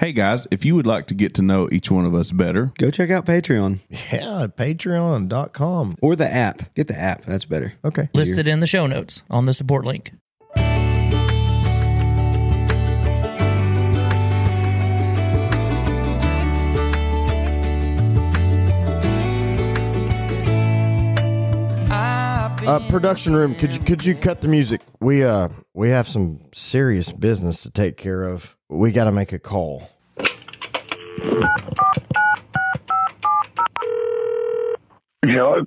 Hey guys, if you would like to get to know each one of us better, Go check out Patreon Yeah, patreon.com. or the app. Get the app. That's better. Okay. listed in the show notes on the support link. Uh, production room, could you could you cut the music? We uh we have some serious business to take care of. We got to make a call. Hello.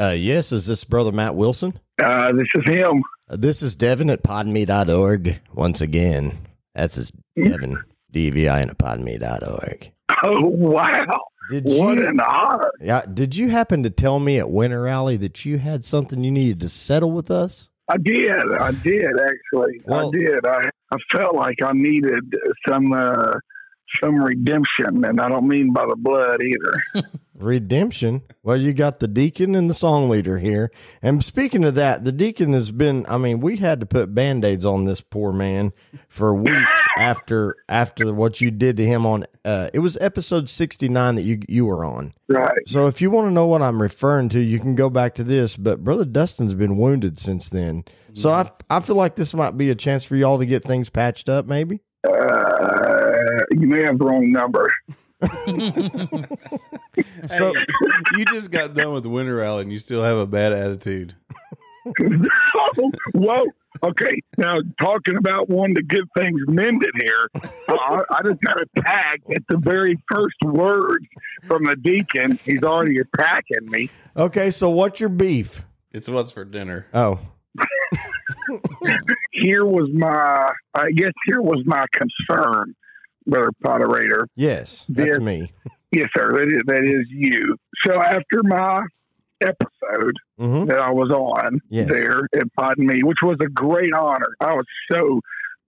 Uh yes, is this brother Matt Wilson? Uh, this is him. Uh, This is Devin at podme.org once again. That's his Devin DVI and at podme.org. Oh, wow. Did What you an honor. yeah, did you happen to tell me at Winter Alley that you had something you needed to settle with us? I did. I did, actually. Well- I did. I, I felt like I needed some uh, some redemption, and I don't mean by the blood either. Redemption. Well, you got the deacon and the song leader here. And speaking of that, the deacon has been I mean, we had to put band-aids on this poor man for weeks after after what you did to him on uh it was episode 69 that you you were on. Right. So if you want to know what I'm referring to, you can go back to this, but brother Dustin's been wounded since then. So I I feel like this might be a chance for y'all to get things patched up maybe. Uh, you may have the wrong number. so you just got done with Winter Rally and you still have a bad attitude. Whoa. Okay. Now, talking about wanting to get things mended here, I, I just got attacked at the very first words from the deacon. He's already attacking me. Okay, so what's your beef? It's what's for dinner. Oh, here was my I guess here was my concern, Brother Potterator. yes. That's Yes. me. Yes, sir, that is, that is you. So after my episode Mhm. that I was on Yes. there at Pardon Me, which was a great honor. I was so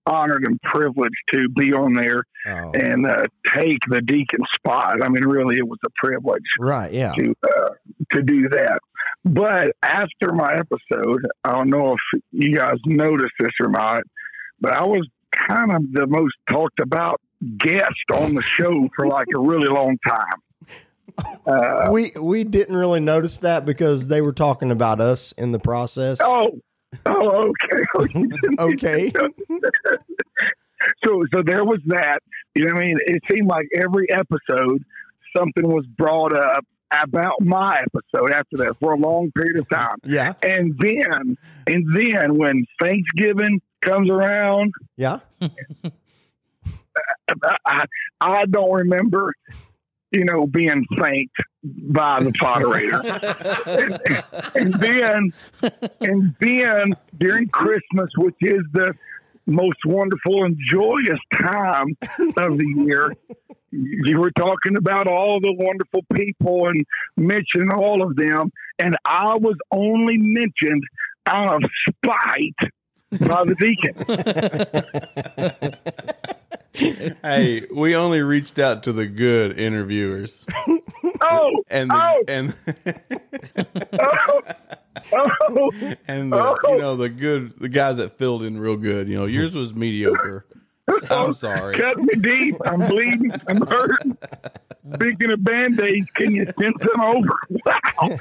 honored and privileged to be on there Oh. and uh, take the deacon spot. I mean, really, it was a privilege Right, yeah. to uh, to do that. But after my episode, I don't know if you guys noticed this or not, but I was kind of the most talked about guest on the show for like a really long time. Uh, we we didn't really notice that because they were talking about us in the process. oh, oh, okay. Okay. so, so there was that. You know what I mean? It seemed like every episode something was brought up about my episode after that for a long period of time. Yeah. And then, and then when Thanksgiving comes around, Yeah. I, I, I don't remember, you know, being thanked by the moderator. and then, and then during Christmas, which is the most wonderful and joyous time of the year, you were talking about all the wonderful people and mentioning all of them, and I was only mentioned out of spite by the deacon. Hey, we only reached out to the good interviewers Oh, and the, Oh! and oh, oh. and the, you know the good the guys that filled in real good. You know, yours was mediocre. I'm sorry. Cut me deep. I'm bleeding. I'm hurting. Speaking of band aids, can you send some over? Wow.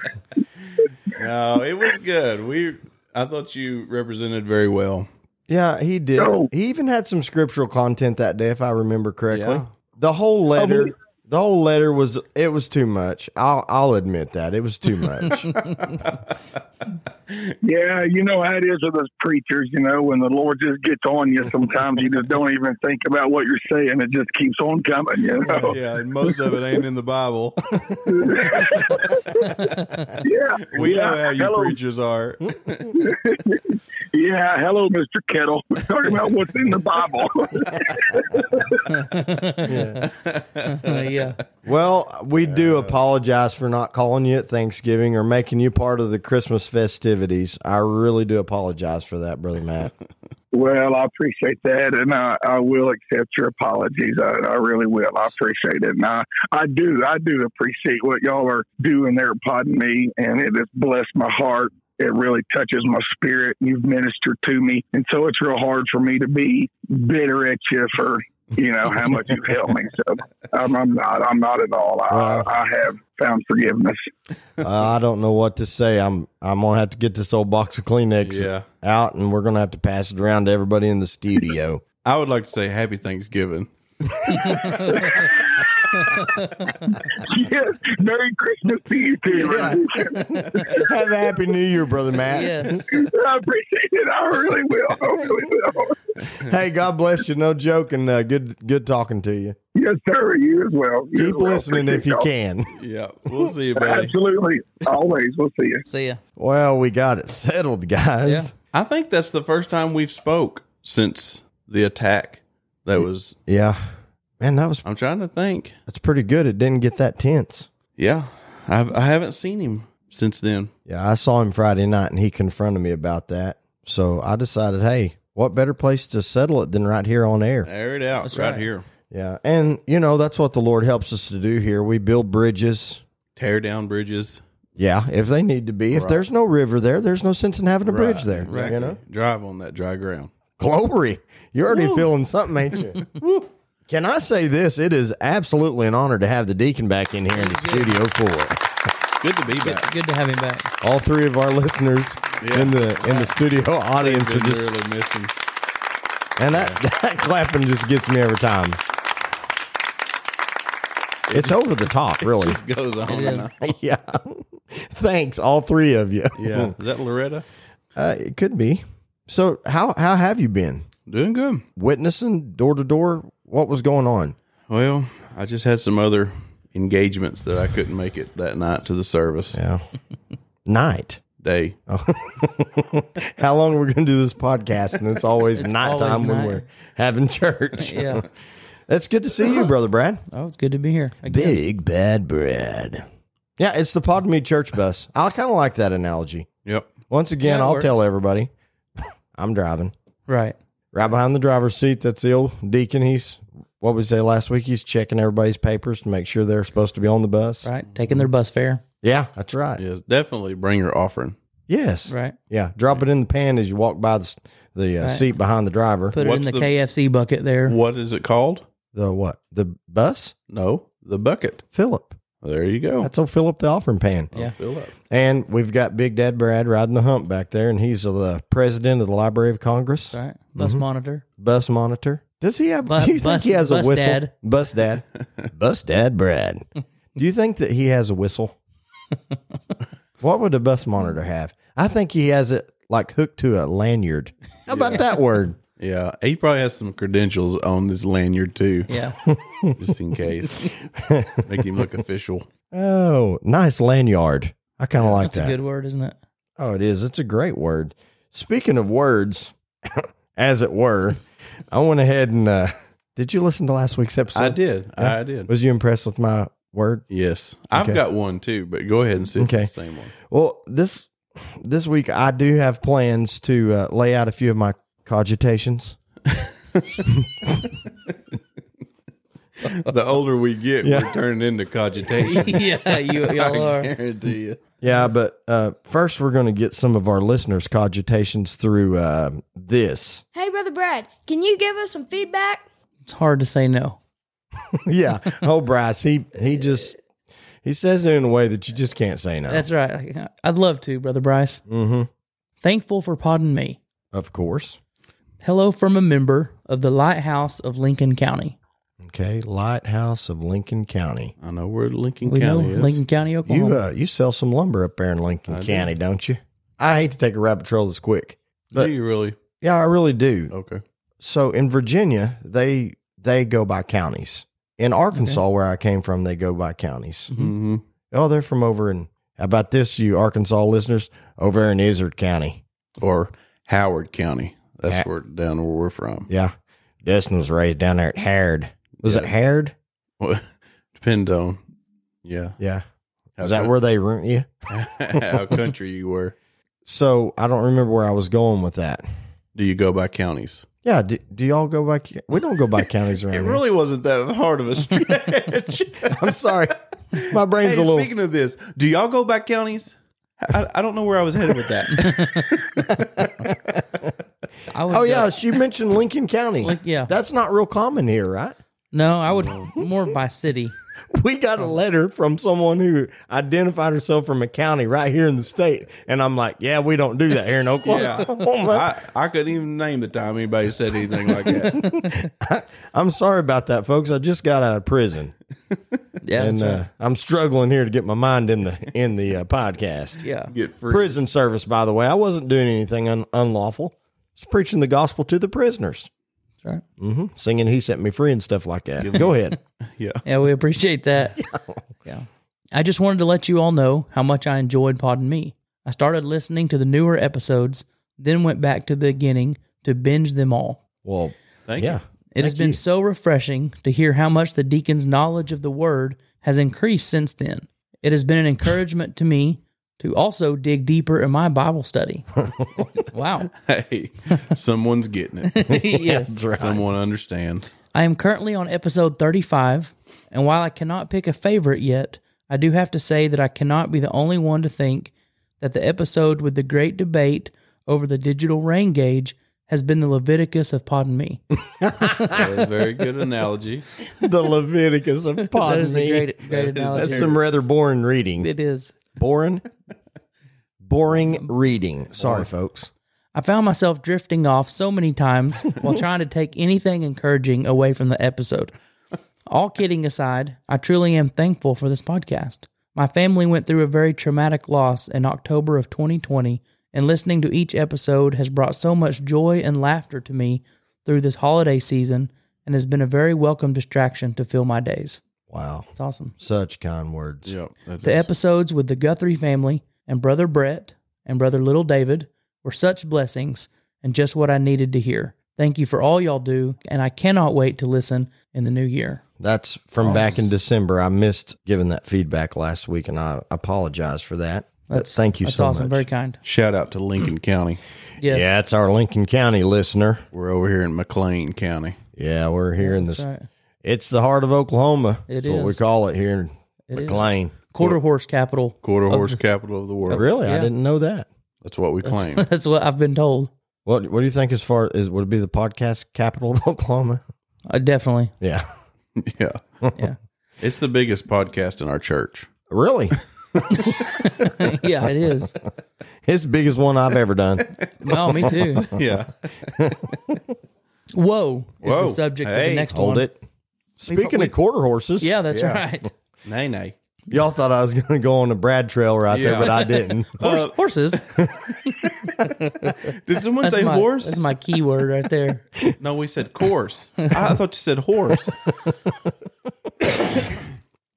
No, it was good. We I thought you represented very well. Yeah, he did. No. He even had some scriptural content that day, if I remember correctly. Yeah. The whole letter, Oh, we- the whole letter was it was too much. I'll I'll admit that it was too much. Yeah, you know how it is with us preachers. You know, when the Lord just gets on you, sometimes you just don't even think about what you're saying. It just keeps on coming. You know. Yeah, and most of it ain't in the Bible. Yeah. We yeah. know how you Hello. preachers are. Yeah. Hello, Mr. Kettle. We're talking about what's in the Bible. Uh, yeah. well, we do apologize for not calling you at Thanksgiving or making you part of the Christmas festivities. I really do apologize for that, brother Matt. well, I appreciate that, and I, I will accept your apologies. I, I really will. I appreciate it, and I, I do. I do appreciate what y'all are doing there, pardon me, and it has blessed my heart. It really touches my spirit. You've ministered to me, and so it's real hard for me to be bitter at you for you know how much you've helped me. So I'm, I'm not. I'm not at all. I, Wow. I have found forgiveness. Uh, I don't know what to say. I'm I'm gonna have to get this old box of Kleenex Yeah. out, and we're gonna have to pass it around to everybody in the studio. I would like to say happy Thanksgiving. yes. Merry Christmas to you too. Revolution. have a happy New Year, brother Matt. Yes. I appreciate it. I really will. I really will. Hey, God bless you. No joking. Uh, good good talking to you. Yes, sir. You as well. You Keep as well. listening if you Appreciate can. Yeah, we'll see you, y'all. buddy. Absolutely. Always. We'll see you. See ya. Well, we got it settled, guys. Yeah. I think that's the first time we've spoke since the attack. That was. Yeah. Man, that was I'm trying to think. that's pretty good. It didn't get that tense. Yeah, I've, I haven't seen him since then. Yeah, I saw him Friday night and he confronted me about that. So I decided, hey, what better place to settle it than right here on air? Air it out That's right, right. here. Yeah. And you know, that's what the Lord helps us to do here. We build bridges. Tear down bridges. Yeah, if they need to be. If Right. there's no river there, there's no sense in having a bridge Right, there. Exactly. You know? Drive on that dry ground. Glory. You're already feeling something, ain't you? Woo. Can I say this? It is absolutely an honor to have the deacon back in here in the studio for it. Good to be Good, back. good to have him back. all three of our listeners Yeah. in the in the studio audience are Been just really missing. and that, that clapping just gets me every time. It's over the top, really. Just goes on. It and on. is. yeah. Thanks, all three of you. Yeah. Is that Loretta? Uh, it could be. So how how have you been? Doing good. Witnessing door to door what was going on? Well, I just had some other engagements that I couldn't make it that night to the service Yeah. Night. day. How long we're gonna do this podcast and it's always nighttime always when night. we're having church. Yeah. That's good to see you, brother Brad. Oh, it's good to be here. Again. Big Bad Brad. Yeah, it's the Podme Church bus. I kind of like that analogy. Yep. Once again, Yeah, it I'll tell works. everybody I'm driving. Right. Right behind the driver's seat, that's the old deacon. He's, what we say last week, he's checking everybody's papers to make sure they're supposed to be on the bus. Right. Taking their bus fare. Yeah, that's right. Yes. Definitely bring your offering. Yes. Right. Yeah, drop it in the pan as you walk by the, s- the uh, Right. seat behind the driver. Put it in What's the, the- KFC bucket there. What is it called? The what? The bus? No, the bucket. Philip. There you go. That's old Philip the offering pan. Oh. Yeah. Fill up. And we've got Big Dad Brad riding the hump back there, and he's the president of the Library of Congress. Right. Bus monitor. bus monitor. Does he have? Bu- do you think bus- he has a bus whistle? dad. Bus dad. bus dad. Brad. Do you think that he has a whistle? what would a bus monitor have? I think he has it like hooked to a lanyard. How about that word? Yeah. He probably has some credentials on this lanyard too, Yeah. just in case. Make him look official. Oh, nice lanyard. I kind of like That's a that. good word, isn't it? Oh, it is. It's a great word. Speaking of words, as it were, I went ahead and uh, did you listen to last week's episode? I did. I did. Was you impressed with my word? Yes. Okay. I've got one too, but go ahead and sit Okay. the same one. Well, this this week I do have plans to uh, lay out a few of my cogitations. The older we get, Yeah. we're turning into cogitation. yeah. You, I y'all are. guarantee you. Yeah, but uh, first we're going to get some of our listeners' cogitations through uh, this. Hey, Brother Brad, can you give us some feedback? It's hard to say no. yeah. Oh, Bryce, he he just he says it in a way that you just can't say no. That's right. I'd love to, Brother Bryce. mm-hmm. Thankful for podding me. Of course. Hello from a member of the Lighthouse of Lincoln County. Okay, Lighthouse of Lincoln County. I know where Lincoln We know County is. Lincoln County, Oklahoma. You uh, you sell some lumber up there in Lincoln I do. County, do. not you? I hate to take a rabbit trail this quick. but- Do you really? Yeah, I really do. Okay. so in Virginia, they they go by counties. In Arkansas, where I came from, they go by counties. Mhm. Mm-hmm. Oh, they're from over in how about this, you Arkansas listeners, over in Izzard County. Mm-hmm. Or Howard County. That's Ha- where down where we're from. Yeah, Destin was raised down there at Harrod. Was it Yeah. Harrod? Well, depend on yeah. Yeah, How is that where they root you? coun- how country you were? So I don't remember where I was going with that. Do you go by counties? Yeah, do, do y'all go by? ca- We don't go by counties around It here. really wasn't that hard of a stretch. I'm sorry, my brain's hey, a little. speaking of this, do y'all go by counties? I, I don't know where I was headed with that. I would Oh go- yeah, she mentioned Lincoln County. Link- yeah. that's not real common here, right? No, I would more by city. We got a letter from someone who identified herself from a county right here in the state, and I'm like, yeah, we don't do that here in Yeah, Oklahoma. Oh, I, I couldn't even name the time anybody said anything like that. I'm sorry about that, folks. I just got out of prison, Yeah, and that's right. uh, I'm struggling here to get my mind in the in the uh, podcast. yeah. Get free. Prison service, by the way. I wasn't doing anything un- unlawful. It's preaching the gospel to the prisoners. That's right. hmm Singing "He Set Me Free" and stuff like that. Go ahead. Yeah. Yeah, we appreciate that. yeah. I just wanted to let you all know how much I enjoyed Pardon Me. I started listening to the newer episodes, then went back to the beginning to binge them all. Well, Thank yeah. you. It has been you. so refreshing to hear how much the deacon's knowledge of the word has increased since then. It has been an encouragement to me to also dig deeper in my Bible study. wow. Hey, someone's getting it. yes. Someone understands. I am currently on episode 35, and while I cannot pick a favorite yet, I do have to say that I cannot be the only one to think that the episode with the great debate over the digital rain gauge has been the Leviticus of Pardon Me. That was a very good analogy. The Leviticus of that Pardon is a Me. great, great analogy. That's some rather boring reading. it is. boring Um, boring reading sorry folks I found myself drifting off so many times while trying to take anything encouraging away from the episode. All kidding aside, I truly am thankful for this podcast. My family went through a very traumatic loss in October of 2020, and listening to each episode has brought so much joy and laughter to me through this holiday season and has been a very welcome distraction to fill my days. wow It's awesome. such kind words Yep. that's- The episodes with the Guthrie family and brother Brett and brother little David were such blessings and just what I needed to hear. Thank you for all y'all do, and I cannot wait to listen in the new year. that's from back in december i missed giving that feedback last week and i apologize for that But That's thank you That's so awesome. much Very kind. Shout out to Lincoln County. Yes. yeah it's our lincoln county listener We're over here in McLean County. yeah we're here in this That's right. it's the heart of oklahoma It That's what we is. call it here in It is. mclean Quarter horse capital. Quarter of horse the- capital of the world. really i Yeah. didn't know that That's what we claim. That's, that's what I've been told. what what do you think as far as would it be the podcast capital of oklahoma Uh, definitely. yeah yeah. Yeah. It's the biggest podcast in our church. really yeah, it is. it's the biggest one i've ever done No, me too. Yeah. Whoa is Whoa. the subject of Hey, the next Hold one. it. Speaking we- of quarter horses, Yeah, that's Yeah. right. nay, nay. y'all thought I was going to go on the Brad Trail right Yeah. there, but I didn't. Horse, horses. Did someone That's say my, horse? That's my keyword right there. No, we said course. I thought you said horse.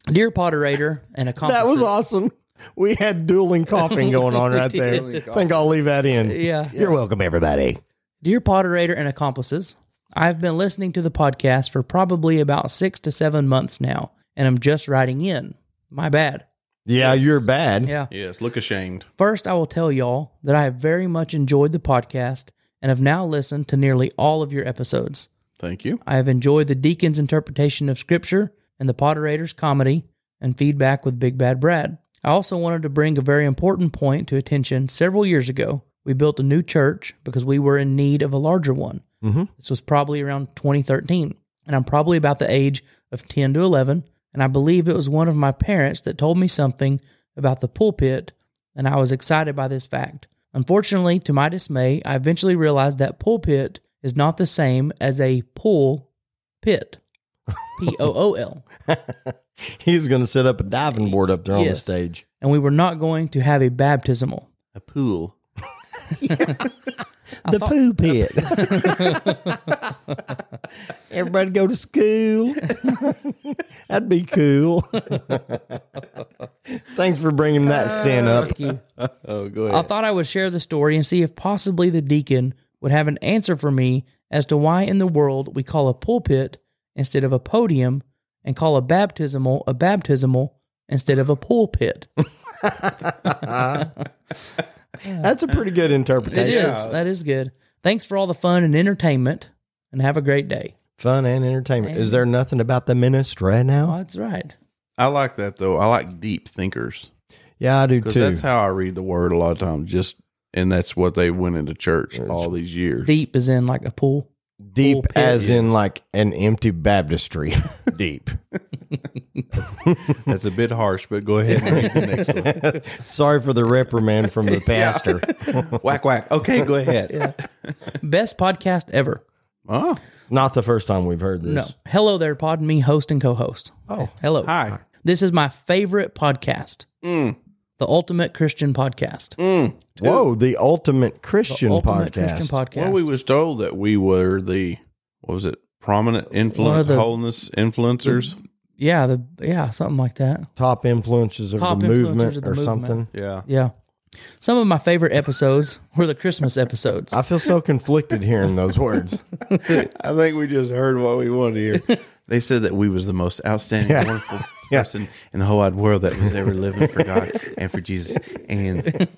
Dear Potterator and that accomplices. was awesome. We had dueling coughing going on right there. I think I'll leave that in. Yeah. You're welcome, everybody. Dear Potterator and accomplices, I've been listening to the podcast for probably about six to seven months now, and I'm just writing in. My bad. Yeah, you're bad. Yeah. yes. Look ashamed. First, I will tell y'all that I have very much enjoyed the podcast and have now listened to nearly all of your episodes. Thank you. I have enjoyed the deacon's interpretation of scripture and the Potterator's comedy and feedback with Big Bad Brad. I also wanted to bring a very important point to attention. Several years ago, we built a new church because we were in need of a larger one. Mhm. This was probably around 2013, and I'm probably about the age of 10 to 11. And I believe it was one of my parents that told me something about the pulpit, and I was excited by this fact. Unfortunately, to my dismay, I eventually realized that pulpit is not the same as a pool pit. P O O L. He's going to set up a diving board up there on the Yes. stage. And we were not going to have a baptismal. A pool. the poo pit. everybody go to school. That'd be cool. Thanks for bringing that sin up. Thank you. Oh, go I ahead. thought I would share the story and see if possibly the deacon would have an answer for me as to why in the world we call a pulpit instead of a podium and call a baptismal a baptismal instead of a pulpit. That's a pretty good It interpretation. is. That is good. Thanks for all the fun and entertainment and have a great day. Fun and entertainment. Is there nothing about the ministry Oh, now? that's right. I like that though. I like deep thinkers Yeah, I do because too. that's how I read the word a lot of times. Just and that's what they went into church all these years. Deep is in like a pool. Full Deep pit as in like an empty baptistry. Deep. That's a bit harsh, but go ahead and read the next one. Sorry for the reprimand from the pastor. Whack whack. Okay, go ahead. Best podcast ever. Oh, Not the first time we've heard this. No. Hello there, pod me, host and co host. Oh. Hello. hi. This is my favorite podcast. The Ultimate Christian Podcast. Whoa, the ultimate Christian podcast. Ultimate Christian Podcast. Well, we was told that we were the what was it? Prominent influence, the- Mm-hmm. wholeness influencers. yeah, the yeah, something like that. Top influences of Top the influencers movement of the or movement. something. yeah. Yeah. Some of my favorite episodes were the Christmas episodes. I feel so conflicted hearing those words. I think we just heard what we wanted to hear. they said that we was the most outstanding, wonderful person in the whole wide world that was ever living for God and for Jesus. And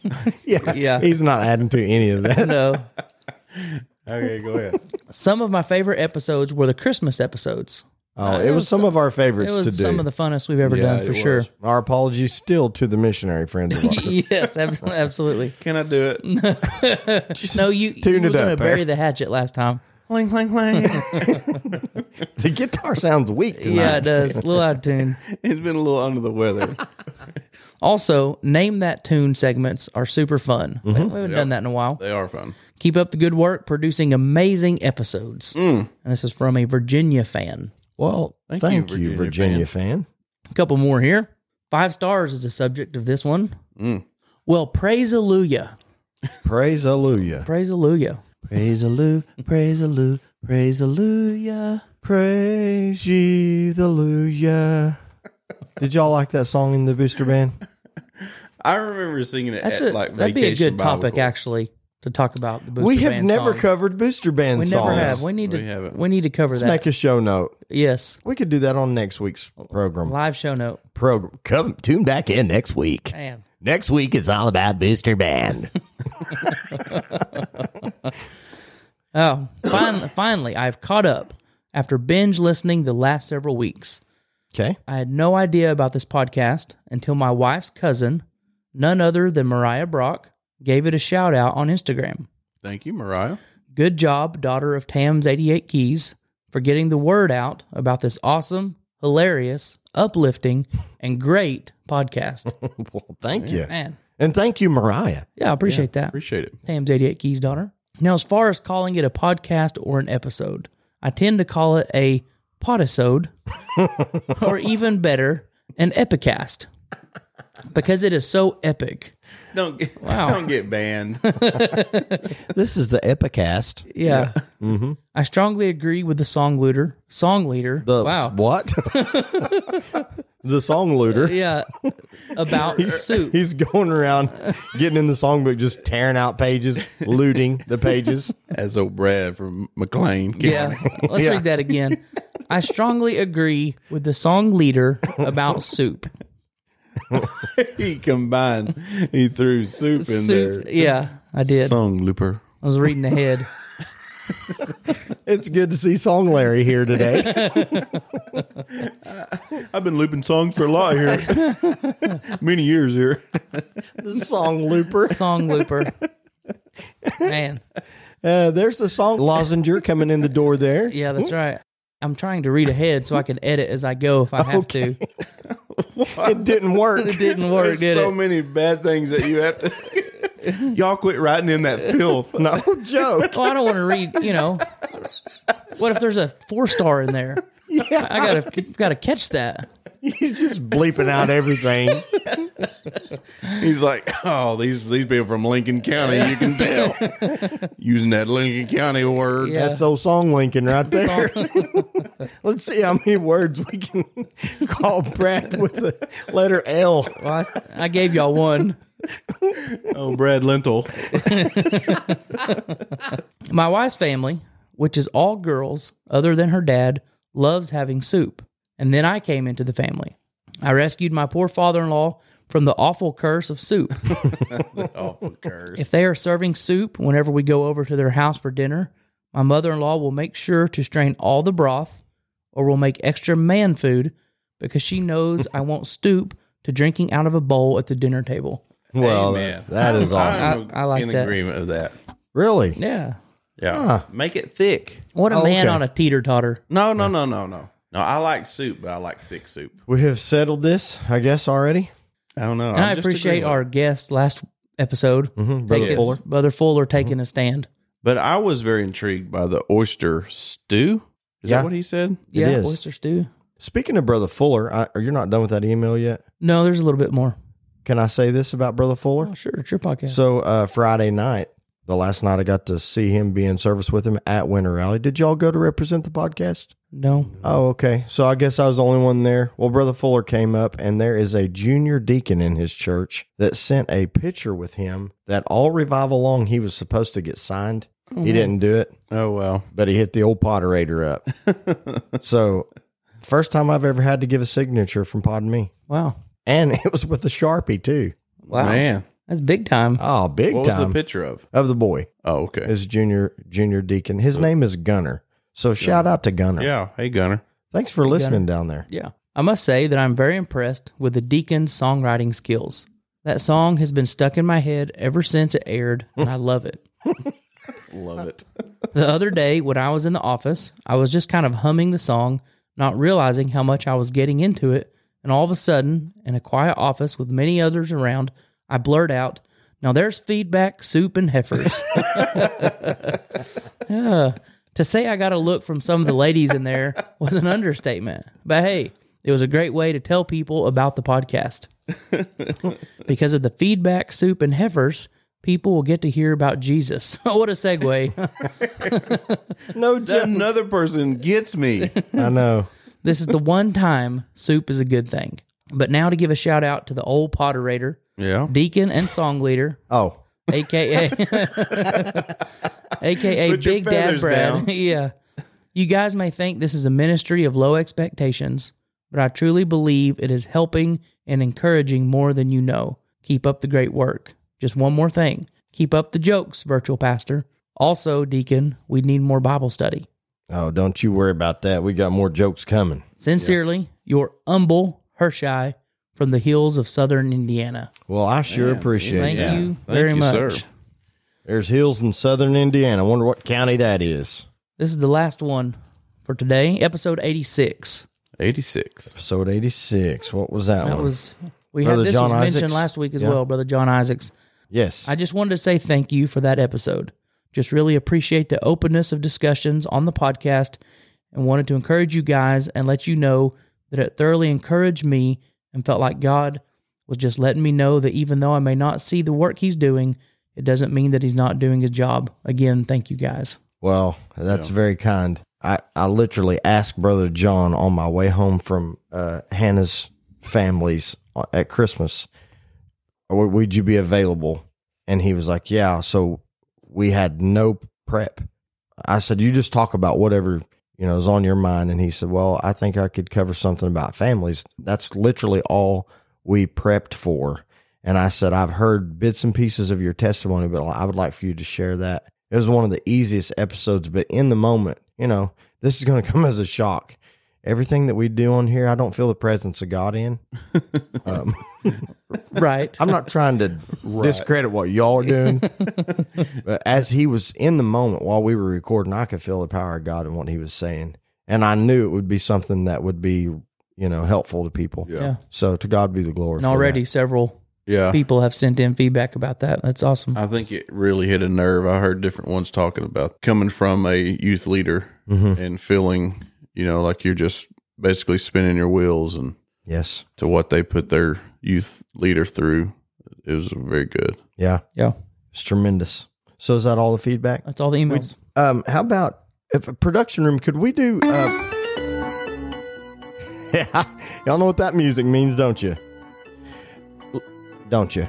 Yeah. Yeah. He's not adding to any of that. no. okay, go ahead. Some of my favorite episodes were the Christmas episodes. Oh, it was some of our It favorites was to do. some of the funnest we've ever Yeah, done it for sure. was. Our apologies still to the missionary friends of ours. yes, ab- absolutely. Can I do it? No, you, you Tune were it going to up, eh? bury Eric. the hatchet last time. clang clang clang. the guitar sounds weak tonight. Yeah, it does. A little out of tune. He's been a little under the weather. Also, name that tune segments are super fun. Mm-hmm. We haven't done that in a while. They are fun. Keep up the good work, producing amazing episodes. Mm. And this is from a Virginia fan. Well, Thank thank, you, you, Virginia Virginia, fan. A couple more here. Five stars is the subject of this one. Mm. Well, praise Alleluia. Praise hallelujah. Praise Alleluia. Praise a Lou, praise a Lou, praise a Lou, Praise ye the hallelujah. Did y'all like that song in the Booster Band? I remember singing it That's at a like that'd be a vacation good Bible topic Corps. actually to talk about the booster we have band never songs. covered Booster Band We songs. never have. We need to. We haven't. We need to cover Let's that. make a show note. yes, We could do that on next week's program. live show note. program. Come tune back in next week. Man, Next week is all about Booster Band. oh, finally, finally, I've caught up after binge listening the last several weeks. okay. I had no idea about this podcast until my wife's cousin, none other than Mariah Brock, gave it a shout out on Instagram. Thank you, Mariah. Good job, daughter of Tam's 88 Keys, for getting the word out about this awesome, hilarious, uplifting, and great podcast. Well, thank you. Man, And thank you, Mariah. yeah, I appreciate that. Appreciate it. Tam's 88 Keys daughter. Now, as far as calling it a podcast or an episode, I tend to call it a podisode, or even better, an epicast, because it is so epic. Don't get, don't get banned. This is the Epicast. Yeah. Mm-hmm. I strongly agree with the song leader. Song leader. The wow. what? the song looter. Yeah. About soup. He's going around getting in the songbook, just tearing out pages, looting the pages. As old Brad from McLean. Yeah. Let's Yeah. read that again. I strongly agree with the song leader about soup. he combined. He threw soup in soup. Yeah, I there. did. Song looper. I was reading ahead. It's good to see Song Larry here today. I've been looping songs for a lot here. Many years here. the song looper. Song looper. Man. Uh, there's the song lozenger coming in the door there. Yeah, that's right. I'm trying to read ahead so I can edit as I go if I have to. It didn't work. It didn't work, There's did so it? many bad things that you have to. Y'all quit writing in that filth. No joke. Well, Oh, I don't want to read, you know. What if there's a four star in there? Yeah. I gotta gotta catch that. He's just bleeping out everything. He's like, oh, these these people from Lincoln County, you can tell. Using that Lincoln County word. Yeah. That's old song Lincoln right there. Let's see how many words we can call Brad with the letter L. Well, I, s- I gave y'all one. Oh, Brad Lentil. My wife's family, which is all girls other than her dad, loves having soup. And then I came into the family. I rescued my poor father in law from the awful curse of soup. Awful curse. If they are serving soup whenever we go over to their house for dinner, my mother in law will make sure to strain all the broth or will make extra man food because she knows I won't stoop to drinking out of a bowl at the dinner table. Well, Amen. that's, that is I'm awesome. I- I like in that. agreement of that. Really? Yeah. Yeah, Huh. make it thick. What a Oh, man okay. on a teeter totter. No, no, no, no, no, no. I like soup, but I like thick soup. We have settled this, I guess, already. I don't know. And I appreciate our guest last episode, Mm-hmm, Brother taking- Fuller. Mm-hmm. Brother Fuller taking a stand. But I was very intrigued by the oyster stew. Is Yeah. that what he said? It yeah, is. oyster stew. Speaking of Brother Fuller, I, are you not done with that email yet? No, there's a little bit more. Can I say this about Brother Fuller? Oh, sure, it's your podcast. So uh, Friday night, the last night I got to see him be in service with him at Winter Rally. Did y'all go to represent the podcast? no, Oh, okay. So I guess I was the only one there. Well, Brother Fuller came up, and there is a junior deacon in his church that sent a picture with him that all revival long he was supposed to get signed. Mm-hmm. He didn't do it, Oh well. but he hit the old Potterator up. so, first time I've ever had to give a signature from Pod Me. wow, And it was with a Sharpie, too. wow, Man, that's big time. Oh, big what was time. the picture of? of the boy, Oh, okay. his junior junior deacon. His name is Gunner. So, shout out to Gunner. Yeah. Hey, Gunner. Thanks for listening down there. yeah, I must say that I'm very impressed with the Deacon's songwriting skills. That song has been stuck in my head ever since it aired, and I love it. Love it. The other day when I was in the office, I was just kind of humming the song, not realizing how much I was getting into it. And all of a sudden, in a quiet office with many others around, I blurt out, Now there's feedback, soup, and heifers. yeah. To say I got a look from some of the ladies in there was an understatement. But hey, it was a great way to tell people about the podcast. because of the feedback, soup, and heifers, people will get to hear about Jesus. what a segue. No, joke. Another person gets me. I know. This is the one time soup is a good thing. But now to give a shout out to the old Potterator, Yeah. Deacon and Song Leader, Oh, aka aka Put your Big Dad feathers Brad. down. yeah. You guys may think this is a ministry of low expectations, but I truly believe it is helping and encouraging more than you know. Keep up the great work. Just one more thing. Keep up the jokes, virtual pastor. Also, Deacon, we need more Bible study. Oh, don't you worry about that. We got more jokes coming. Sincerely, your humble Hershey from the hills of southern Indiana. Well, I sure Man, appreciate Thank it. Yeah. you Thank very you, much. sir. There's hills in southern Indiana. I wonder what county that is. This is the last one for today, episode 86. 86. Episode 86. What was that, Oh. That one? was we Brother had this John was mentioned Isaacs? last week as Yeah. well, brother John Isaacs. yes. I just wanted to say thank you for that episode. Just really appreciate the openness of discussions on the podcast and wanted to encourage you guys and let you know that it thoroughly encouraged me and felt like God was just letting me know that even though I may not see the work he's doing, it doesn't mean that he's not doing his job. Again, thank you guys. well, that's very kind. I, I literally asked Brother John on my way home from uh, Hannah's family's uh, at Christmas, "W- would you be available? And he was like, yeah. So we had no prep. I said, you just talk about whatever you know is on your mind. And he said, well, I think I could cover something about families. That's literally all we prepped for. And I said, I've heard bits and pieces of your testimony, but I would like for you to share that. It was one of the easiest episodes, but in the moment, you know, this is going to come as a shock. Everything that we do on here, I don't feel the presence of God in. Um, Right. I'm not trying to discredit what y'all are doing, but as he was in the moment while we were recording, I could feel the power of God in what he was saying, and I knew it would be something that would be, you know, helpful to people. Yeah. Yeah. So to God be the glory. And for already that. several Yeah. people have sent in feedback about that. That's awesome. I think it really hit a nerve. I heard different ones talking about coming from a youth leader Mhm. and feeling, you know, like you're just basically spinning your wheels and yes, to what they put their youth leader through. It was very good. yeah, Yeah. it's tremendous. So is that all the feedback? That's all the emails. Um, how about if a production room? Could we do? Uh, yeah, y'all know what that music means, don't you? L- Don't you?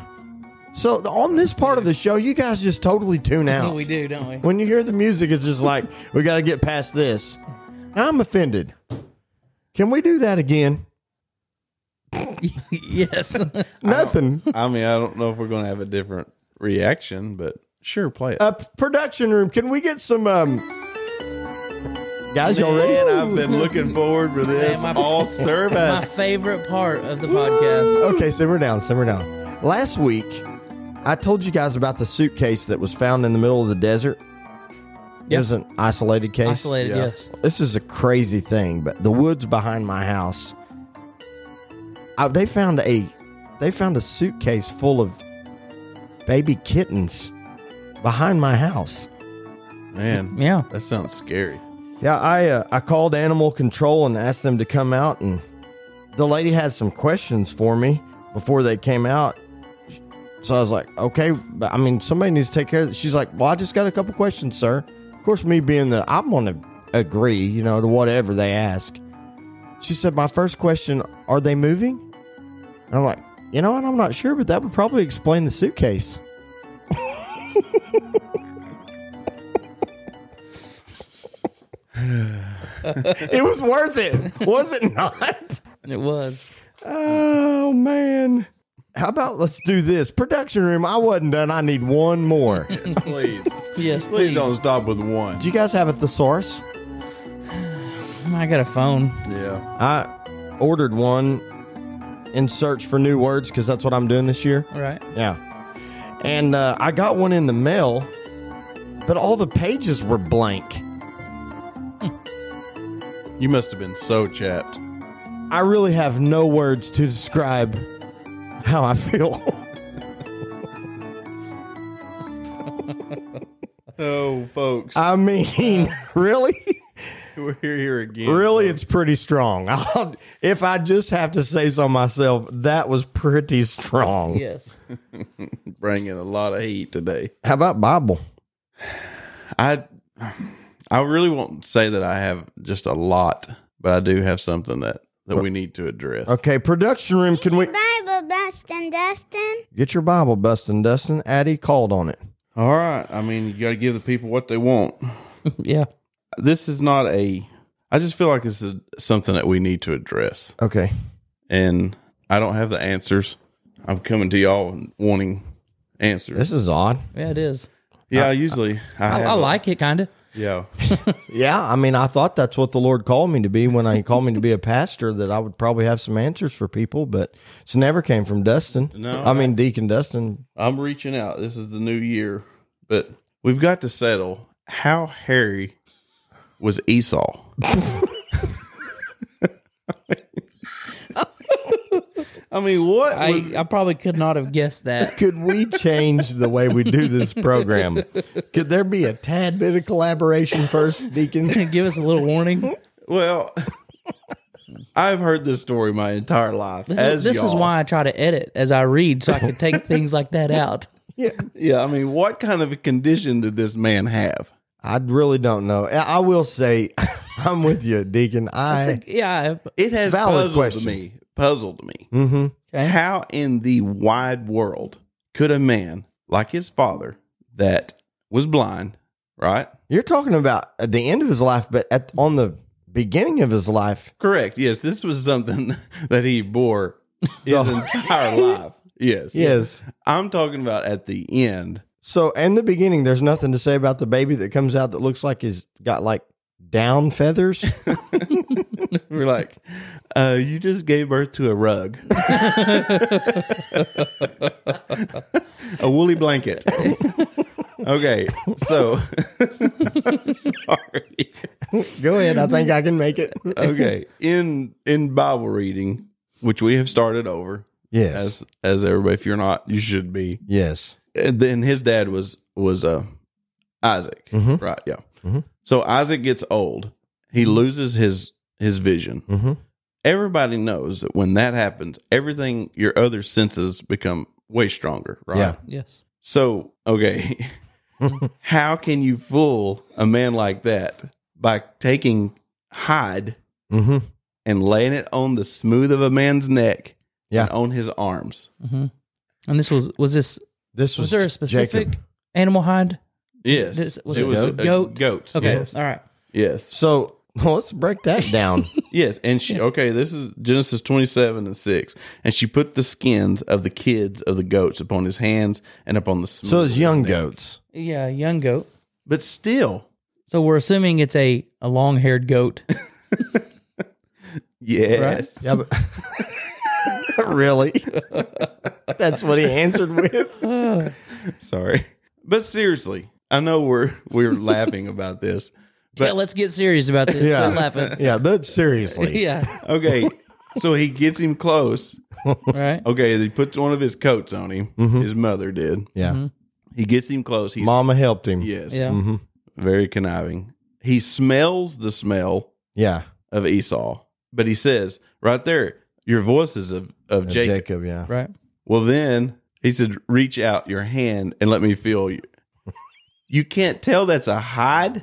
So the, on this part of the show, you guys just totally tune out. do, don't we? when you hear the music, it's just like we got to get past this. I'm offended. Can we do that again? yes. Nothing. I mean, I don't know if we're going to have a different reaction, but sure, play it. A p- production room. Can we get some um guys? Y'all ready? Man, I've been looking forward for this Man, my- all My service. favorite part of the podcast. Okay, simmer down, simmer down. Last week, I told you guys about the suitcase that was found in the middle of the desert. It was an isolated case. Isolated, Yeah. yes. This is a crazy thing, but the woods behind my house, I, they found a they found a suitcase full of baby kittens behind my house. Man, Yeah. that sounds scary. Yeah, I uh, I called animal control and asked them to come out, and the lady had some questions for me before they came out. So I was like, okay, but I mean, somebody needs to take care of this. She's like, well, I just got a couple questions, sir. Of course, me being the, I'm going to agree, you know, to whatever they ask. She said, my first question, are they moving? And I'm like, you know what? I'm not sure, but that would probably explain the suitcase. it was worth it, was it not? It was. Oh man. How about let's do this? Production room, I wasn't done. I need one more. do Please, Yes, please please. don't stop with one. you guys have a thesaurus? I got a phone. Yeah, I ordered one in search for new words because that's what I'm doing this year. All right. Yeah. And uh, I got one in the mail, but all the pages were blank. you must have been so chapped. I really have no words to describe how I feel. Oh, folks, I mean, really? we're here again. Really, it's pretty strong. I'll, if I just have to say so myself, that was pretty strong. Yes. bringing a lot of heat today. How about Bible? I I really won't say that I have just a lot, but I do have something that that we need to address. Okay, production room. Can we Bible busting, Dustin. get your Bible, Bustin' Dustin? Addy called on it. All right. I mean, you got to give the people what they want. Yeah. This is not a. I just feel like this is something that we need to address, Okay, and I don't have the answers. I'm coming to y'all wanting answers. this is odd. Yeah, it is. yeah, usually I, I, have I a- like it kind of. Yeah, Yeah, I mean, I thought that's what the Lord called me to be when I called me to be a pastor. That I would probably have some answers for people, but it's never came from Dustin. No. I mean Deacon Dustin. I'm reaching out. This is the new year, but we've got to settle how hairy was Esau. I mean, what? I, I probably could not have guessed that. Could we change the way we do this program? Could there be a tad bit of collaboration first, Deacon? Give us a little warning. Well, I've heard this story my entire life. This, as is, this is y'all. why I try to edit as I read so I can take things like that out. Yeah, I mean, what kind of a condition did this man have? I really don't know. I I will say, I'm with you, Deacon. It's I like, yeah. It has Valid puzzled question. me. Puzzled me. Mhm. Okay. How in the wide world could a man like his father that was blind, right? you're talking about at the end of his life, but at on the beginning of his life, Correct. Yes, this was something that he bore his entire life. Yes. yes. I'm talking about at the end. So in the beginning, there's nothing to say about the baby that comes out that looks like he's got like down feathers. We're like, uh, you just gave birth to a rug, a woolly blanket. okay, so I'm sorry. Go ahead. I think I can make it. Okay, in in Bible reading, which we have started over, Yes. as as everybody, if you're not, you should be. yes. And then his dad was was uh, Isaac, Mhm. right? Yeah. Mhm. So Isaac gets old. He loses his his vision. Mm-hmm. everybody knows that when that happens, everything your other senses become way stronger, right? Yeah. Yes. So, okay, how can you fool a man like that by taking hide Mm-hmm. and laying it on the smooth of a man's neck Yeah. and on his arms? And this was was this This was, was there a specific Jacob. animal hide? Yes. This- was it it was goat? a- a Goat? Goat. Okay. Yes. All right. Yes. So well, let's break that down. Yes. And she, okay, this is Genesis 27 and 6. And she put the skins of the kids of the goats upon his hands and upon the smooth. so of it's his young neck. goats. Yeah, young goat. But still, So we're assuming it's a, a long haired goat. Yes. Yeah, but really? That's what he answered with. Sorry. But seriously, I know we're we're laughing about this. yeah, let's get serious about this. Yeah. Quit laughing. Yeah, but seriously. yeah. Okay. So he gets him close. Right. Okay, he puts one of his coats on him. His mother did. Yeah. He gets him close. He's Mm-hmm. Mama helped him. Mm-hmm. Yes. Yeah. Very conniving. He smells the smell Yeah. of Esau, but he says, right there, your voice is of, of And Jacob. Uh, Jacob, yeah. Right. Well, then he said, reach out your hand and let me feel you. You can't tell that's a hide.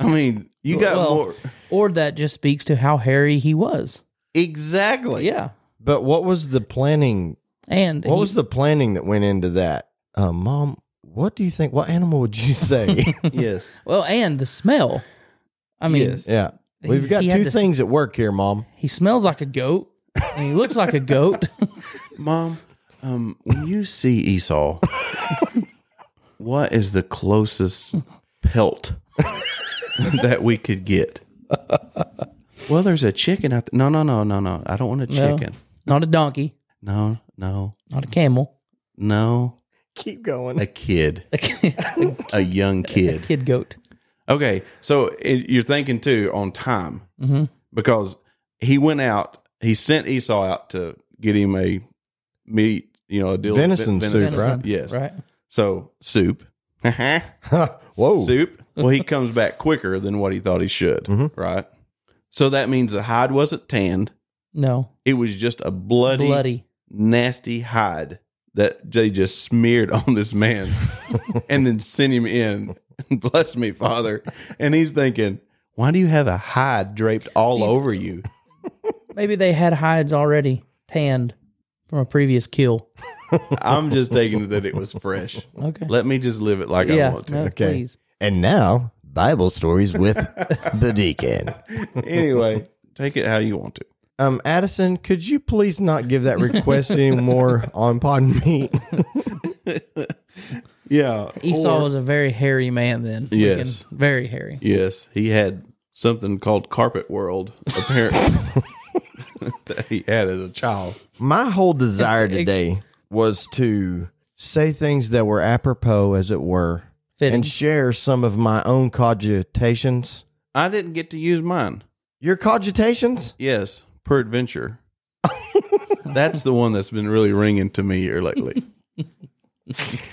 I mean, you got Well- more. Or that just speaks to how hairy he was. Exactly. Yeah. But what was the planning? And What he- was the planning that went into that? Uh, Mom, what do you think? What animal would you say? Yes. well, and the smell. I mean, Yes. yeah. We've got He had two to- things at work here, Mom. he smells like a goat and he looks like a goat. Mom, um, when you see Esau, what is the closest pelt that we could get? Well, there's a chicken out there. No, no, no, no, no. I don't want a No. chicken. Not a donkey, No, no, not a camel, no. Keep going. A kid, a kid, a young a kid. kid goat. Okay, so it, you're thinking too on time Mm-hmm. because he went out. He sent Esau out to get him a meat, you know, a deal Venison soup, Venison, right? Yes, Right. So soup. Whoa. Soup. Well, he comes back quicker than what he thought he should, Mm-hmm. right? So that means the hide wasn't tanned. No. It was just a bloody, Bloody. nasty hide that they just smeared on this man and then sent him in. Bless me, Father. And he's thinking, why do you have a hide draped all over you? Maybe they had hides already tanned from a previous kill. I'm just taking it that it was fresh. Okay. Let me just live it like I yeah. want to. No, Okay. Please. And now, Bible stories with the deacon. Anyway, take it how you want to. Um, Addison, could you please not give that request anymore on Pardon Me? Yeah. Esau was a very hairy man then. Looking Yes. Very hairy. Yes, he had something called Carpet World, apparently, that he had as a child. My whole desire It's- it- today was to say things that were apropos, as it were, Fitting. and share some of my own cogitations. I didn't get to use mine. Your cogitations? Yes, peradventure. that's the one that's been really ringing to me here lately.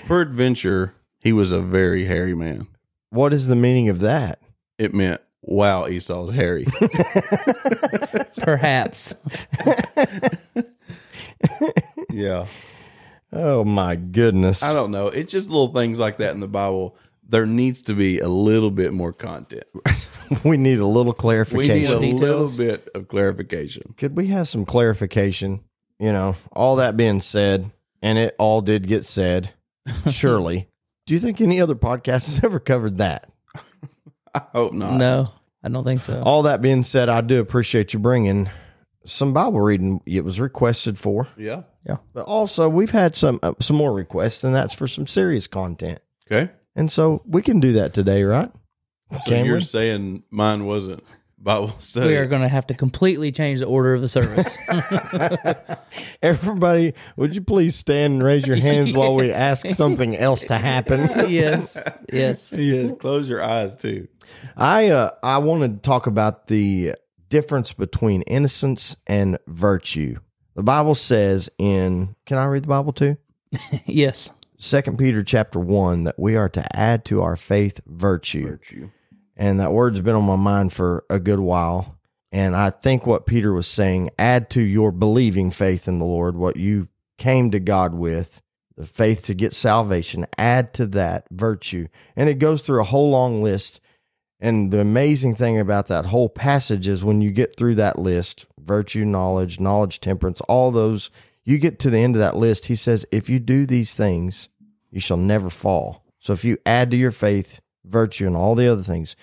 peradventure, he was a very hairy man. What is the meaning of that? It meant, wow, Esau's hairy. Perhaps. yeah. Oh my goodness! I don't know. It's just little things like that in the Bible. There needs to be a little bit more content. we need a little We clarification. need a little Details. bit of clarification. Could we have some clarification? You know, all that being said, and it all did get said, surely. Do you think any other podcast has ever covered that? I hope not. no. I don't think so. All that being said, I do appreciate you bringing some Bible reading. It was requested for, Yeah. but also we've had some uh, some more requests, and that's for some serious content. Okay. And so we can do that today, right? So Can you're we? saying mine wasn't Bible study. we are going to have to completely change the order of the service. Everybody, would you please stand and raise your hands while we ask something else to happen? yes. Yes. yeah, close your eyes too. I uh, I want to talk about the difference between innocence and virtue. The Bible says in Can I read the Bible too? Yes. Second Peter chapter one that we are to add to our faith virtue. Virtue. And that word's been on my mind for a good while. And I think what Peter was saying, add to your believing faith in the Lord, what you came to God with, the faith to get salvation, add to that virtue. And it goes through a whole long list. And the amazing thing about that whole passage is when you get through that list virtue, knowledge, knowledge, temperance, all those, you get to the end of that list. He says, if you do these things, you shall never fall. So if you add to your faith virtue and all the other things,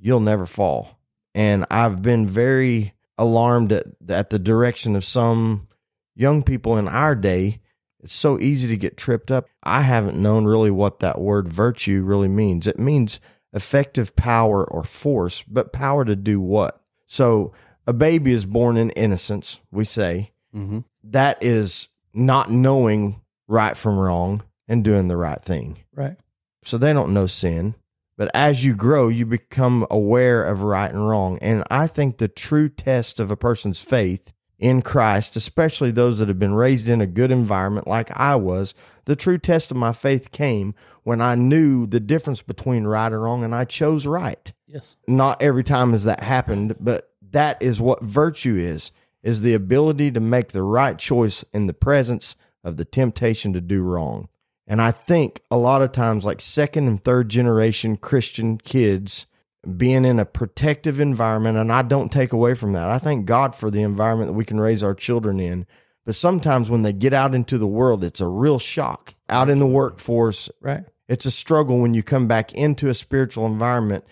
you'll never fall. And I've been very alarmed at, at the direction of some young people in our day. It's so easy to get tripped up. I haven't known really what that word virtue really means. It means effective power or force, but power to do what? So a baby is born in innocence, we say Mm-hmm. that is not knowing right from wrong and doing the right thing. Right. So they don't know sin. But as you grow, you become aware of right and wrong. And I think the true test of a person's faith in Christ, especially those that have been raised in a good environment like I was, the true test of my faith came when I knew the difference between right and wrong and I chose right Yes. not every time has that happened, but that is what virtue is is the ability to make the right choice in the presence of the temptation to do wrong. And I think a lot of times like second and third generation Christian kids being in a protective environment and I don't take away from that. I thank God for the environment that we can raise our children in. But sometimes when they get out into the world, it's a real shock. Out in the workforce, Right. it's a struggle when you come back into a spiritual environment,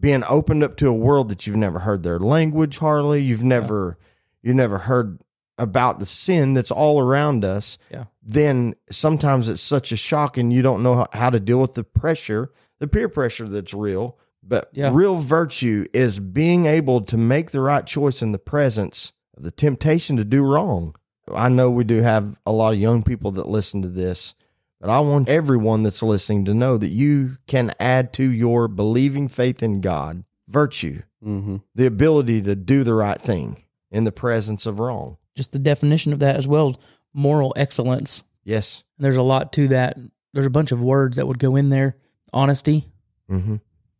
being opened up to a world that you've never heard their language hardly. You've never you never heard about the sin that's all around us. Yeah. Then sometimes it's such a shock and you don't know how- how to deal with the pressure, the peer pressure that's real. But Yeah. real virtue is being able to make the right choice in the presence of the temptation to do wrong. I know we do have a lot of young people that listen to this. But I want everyone that's listening to know that you can add to your believing faith in God virtue, Mm-hmm. the ability to do the right thing in the presence of wrong. Just the definition of that as well as moral excellence. Yes. And there's a lot to that. There's a bunch of words that would go in there honesty, Mm-hmm.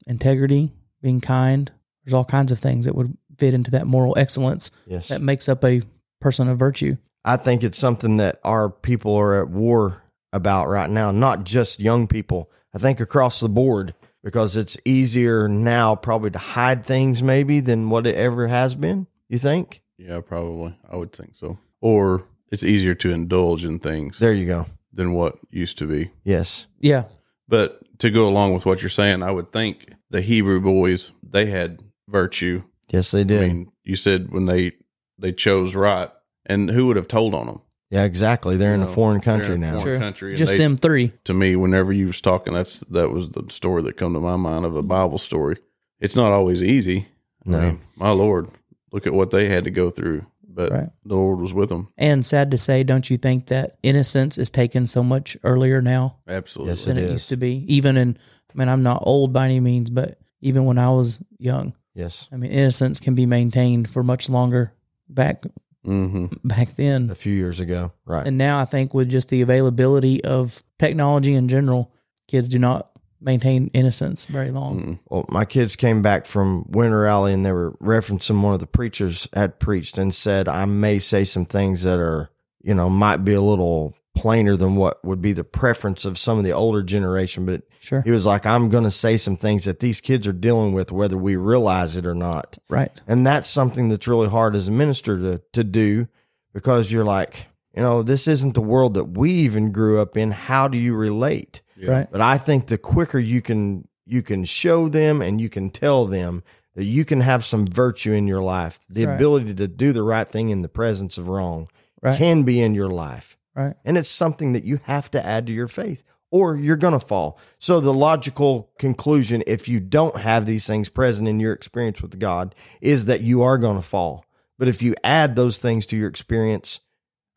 integrity, being kind. There's all kinds of things that would fit into that moral excellence Yes. that makes up a person of virtue. I think it's something that our people are at war about right now, not just young people. I think across the board, because it's easier now probably to hide things maybe than what it ever has been. You think? Yeah, probably. I would think so. Or it's easier to indulge in things There you go. than what used to be. Yes. Yeah. But to go along with what you're saying, I would think the Hebrew boys they had virtue. Yes, they did. I mean, you said when they they chose right, and who would have told on them? yeah, exactly. They're in a No, foreign They're in country a now. foreign Sure. country, and Just they- them three. to me whenever you was talking that's that was the story that come to my mind of a bible story it's not always easy No. my lord look at what they had to go through but Right. the lord was with them And sad to say, don't you think that innocence is taken so much earlier now absolutely Yes, than It it, is. used to be? Even in, I mean, I'm not old by any means, but even when I was young, Yes. I mean, innocence can be maintained for much longer back mm-hmm. back A then. few years ago. Right. And now I think with just the availability of technology in general, kids do not maintain innocence very Mm. long. mm-hmm. well, my kids came back from winter rally and they were referencing one of the preachers had preached and said, I may say some things that are, you know, might be a little plainer than what would be the preference of some of the older generation. But Sure. he was like, I'm going to say some things that these kids are dealing with, whether we realize it or not. Right. And that's something that's really hard as a minister to, to do because you're like, you know, this isn't the world that we even grew up in. How do you relate? Yeah. Right. But I think the quicker you can you can show them and you can tell them that you can have some virtue in your life, the right. ability to do the right thing in the presence of wrong Right. can be in your life. Right. And it's something that you have to add to your faith or you're going to fall. So the logical conclusion if you don't have these things present in your experience with God is that you are going to fall. But if you add those things to your experience,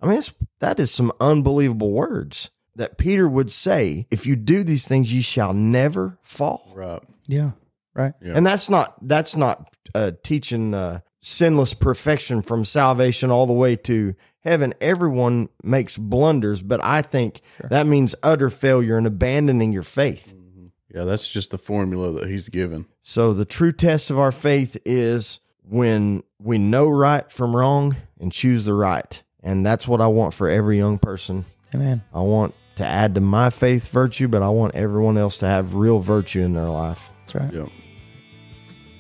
I mean it's, that is some unbelievable words that Peter would say, if you do these things you shall never fall. right Yeah. Yeah. And that's not that's not uh, teaching uh, sinless perfection from salvation all the way to heaven. Everyone makes blunders, but I think that means utter failure and abandoning your faith. Mm-hmm. yeah that's just the formula that he's given So the true test of our faith is when we know right from wrong and choose the right. And that's what I want for every young person. Amen. I want to add to my faith virtue, but I want everyone else to have real virtue in their life. That's right. yeah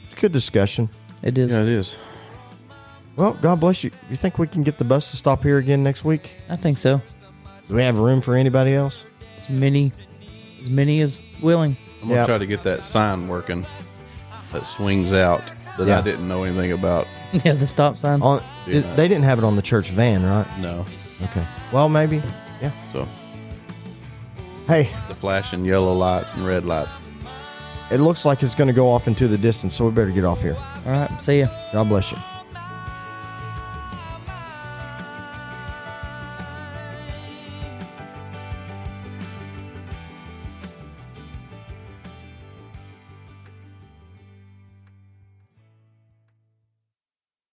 It's a good discussion. It is. yeah it is Well, God bless you. You think we can get the bus to stop here again next week? I think so. Do we have room for anybody else? As many as many as willing. i'm gonna Yeah. try to get that sign working that swings out that Yeah. i didn't know anything about yeah, the stop sign. On, Yeah. They didn't have it on the church van, right? no Okay. Well, maybe. Yeah. so Hey, the flashing yellow lights and red lights it looks like it's going to go off into the distance, so we better get off here. All right. See ya. God bless you.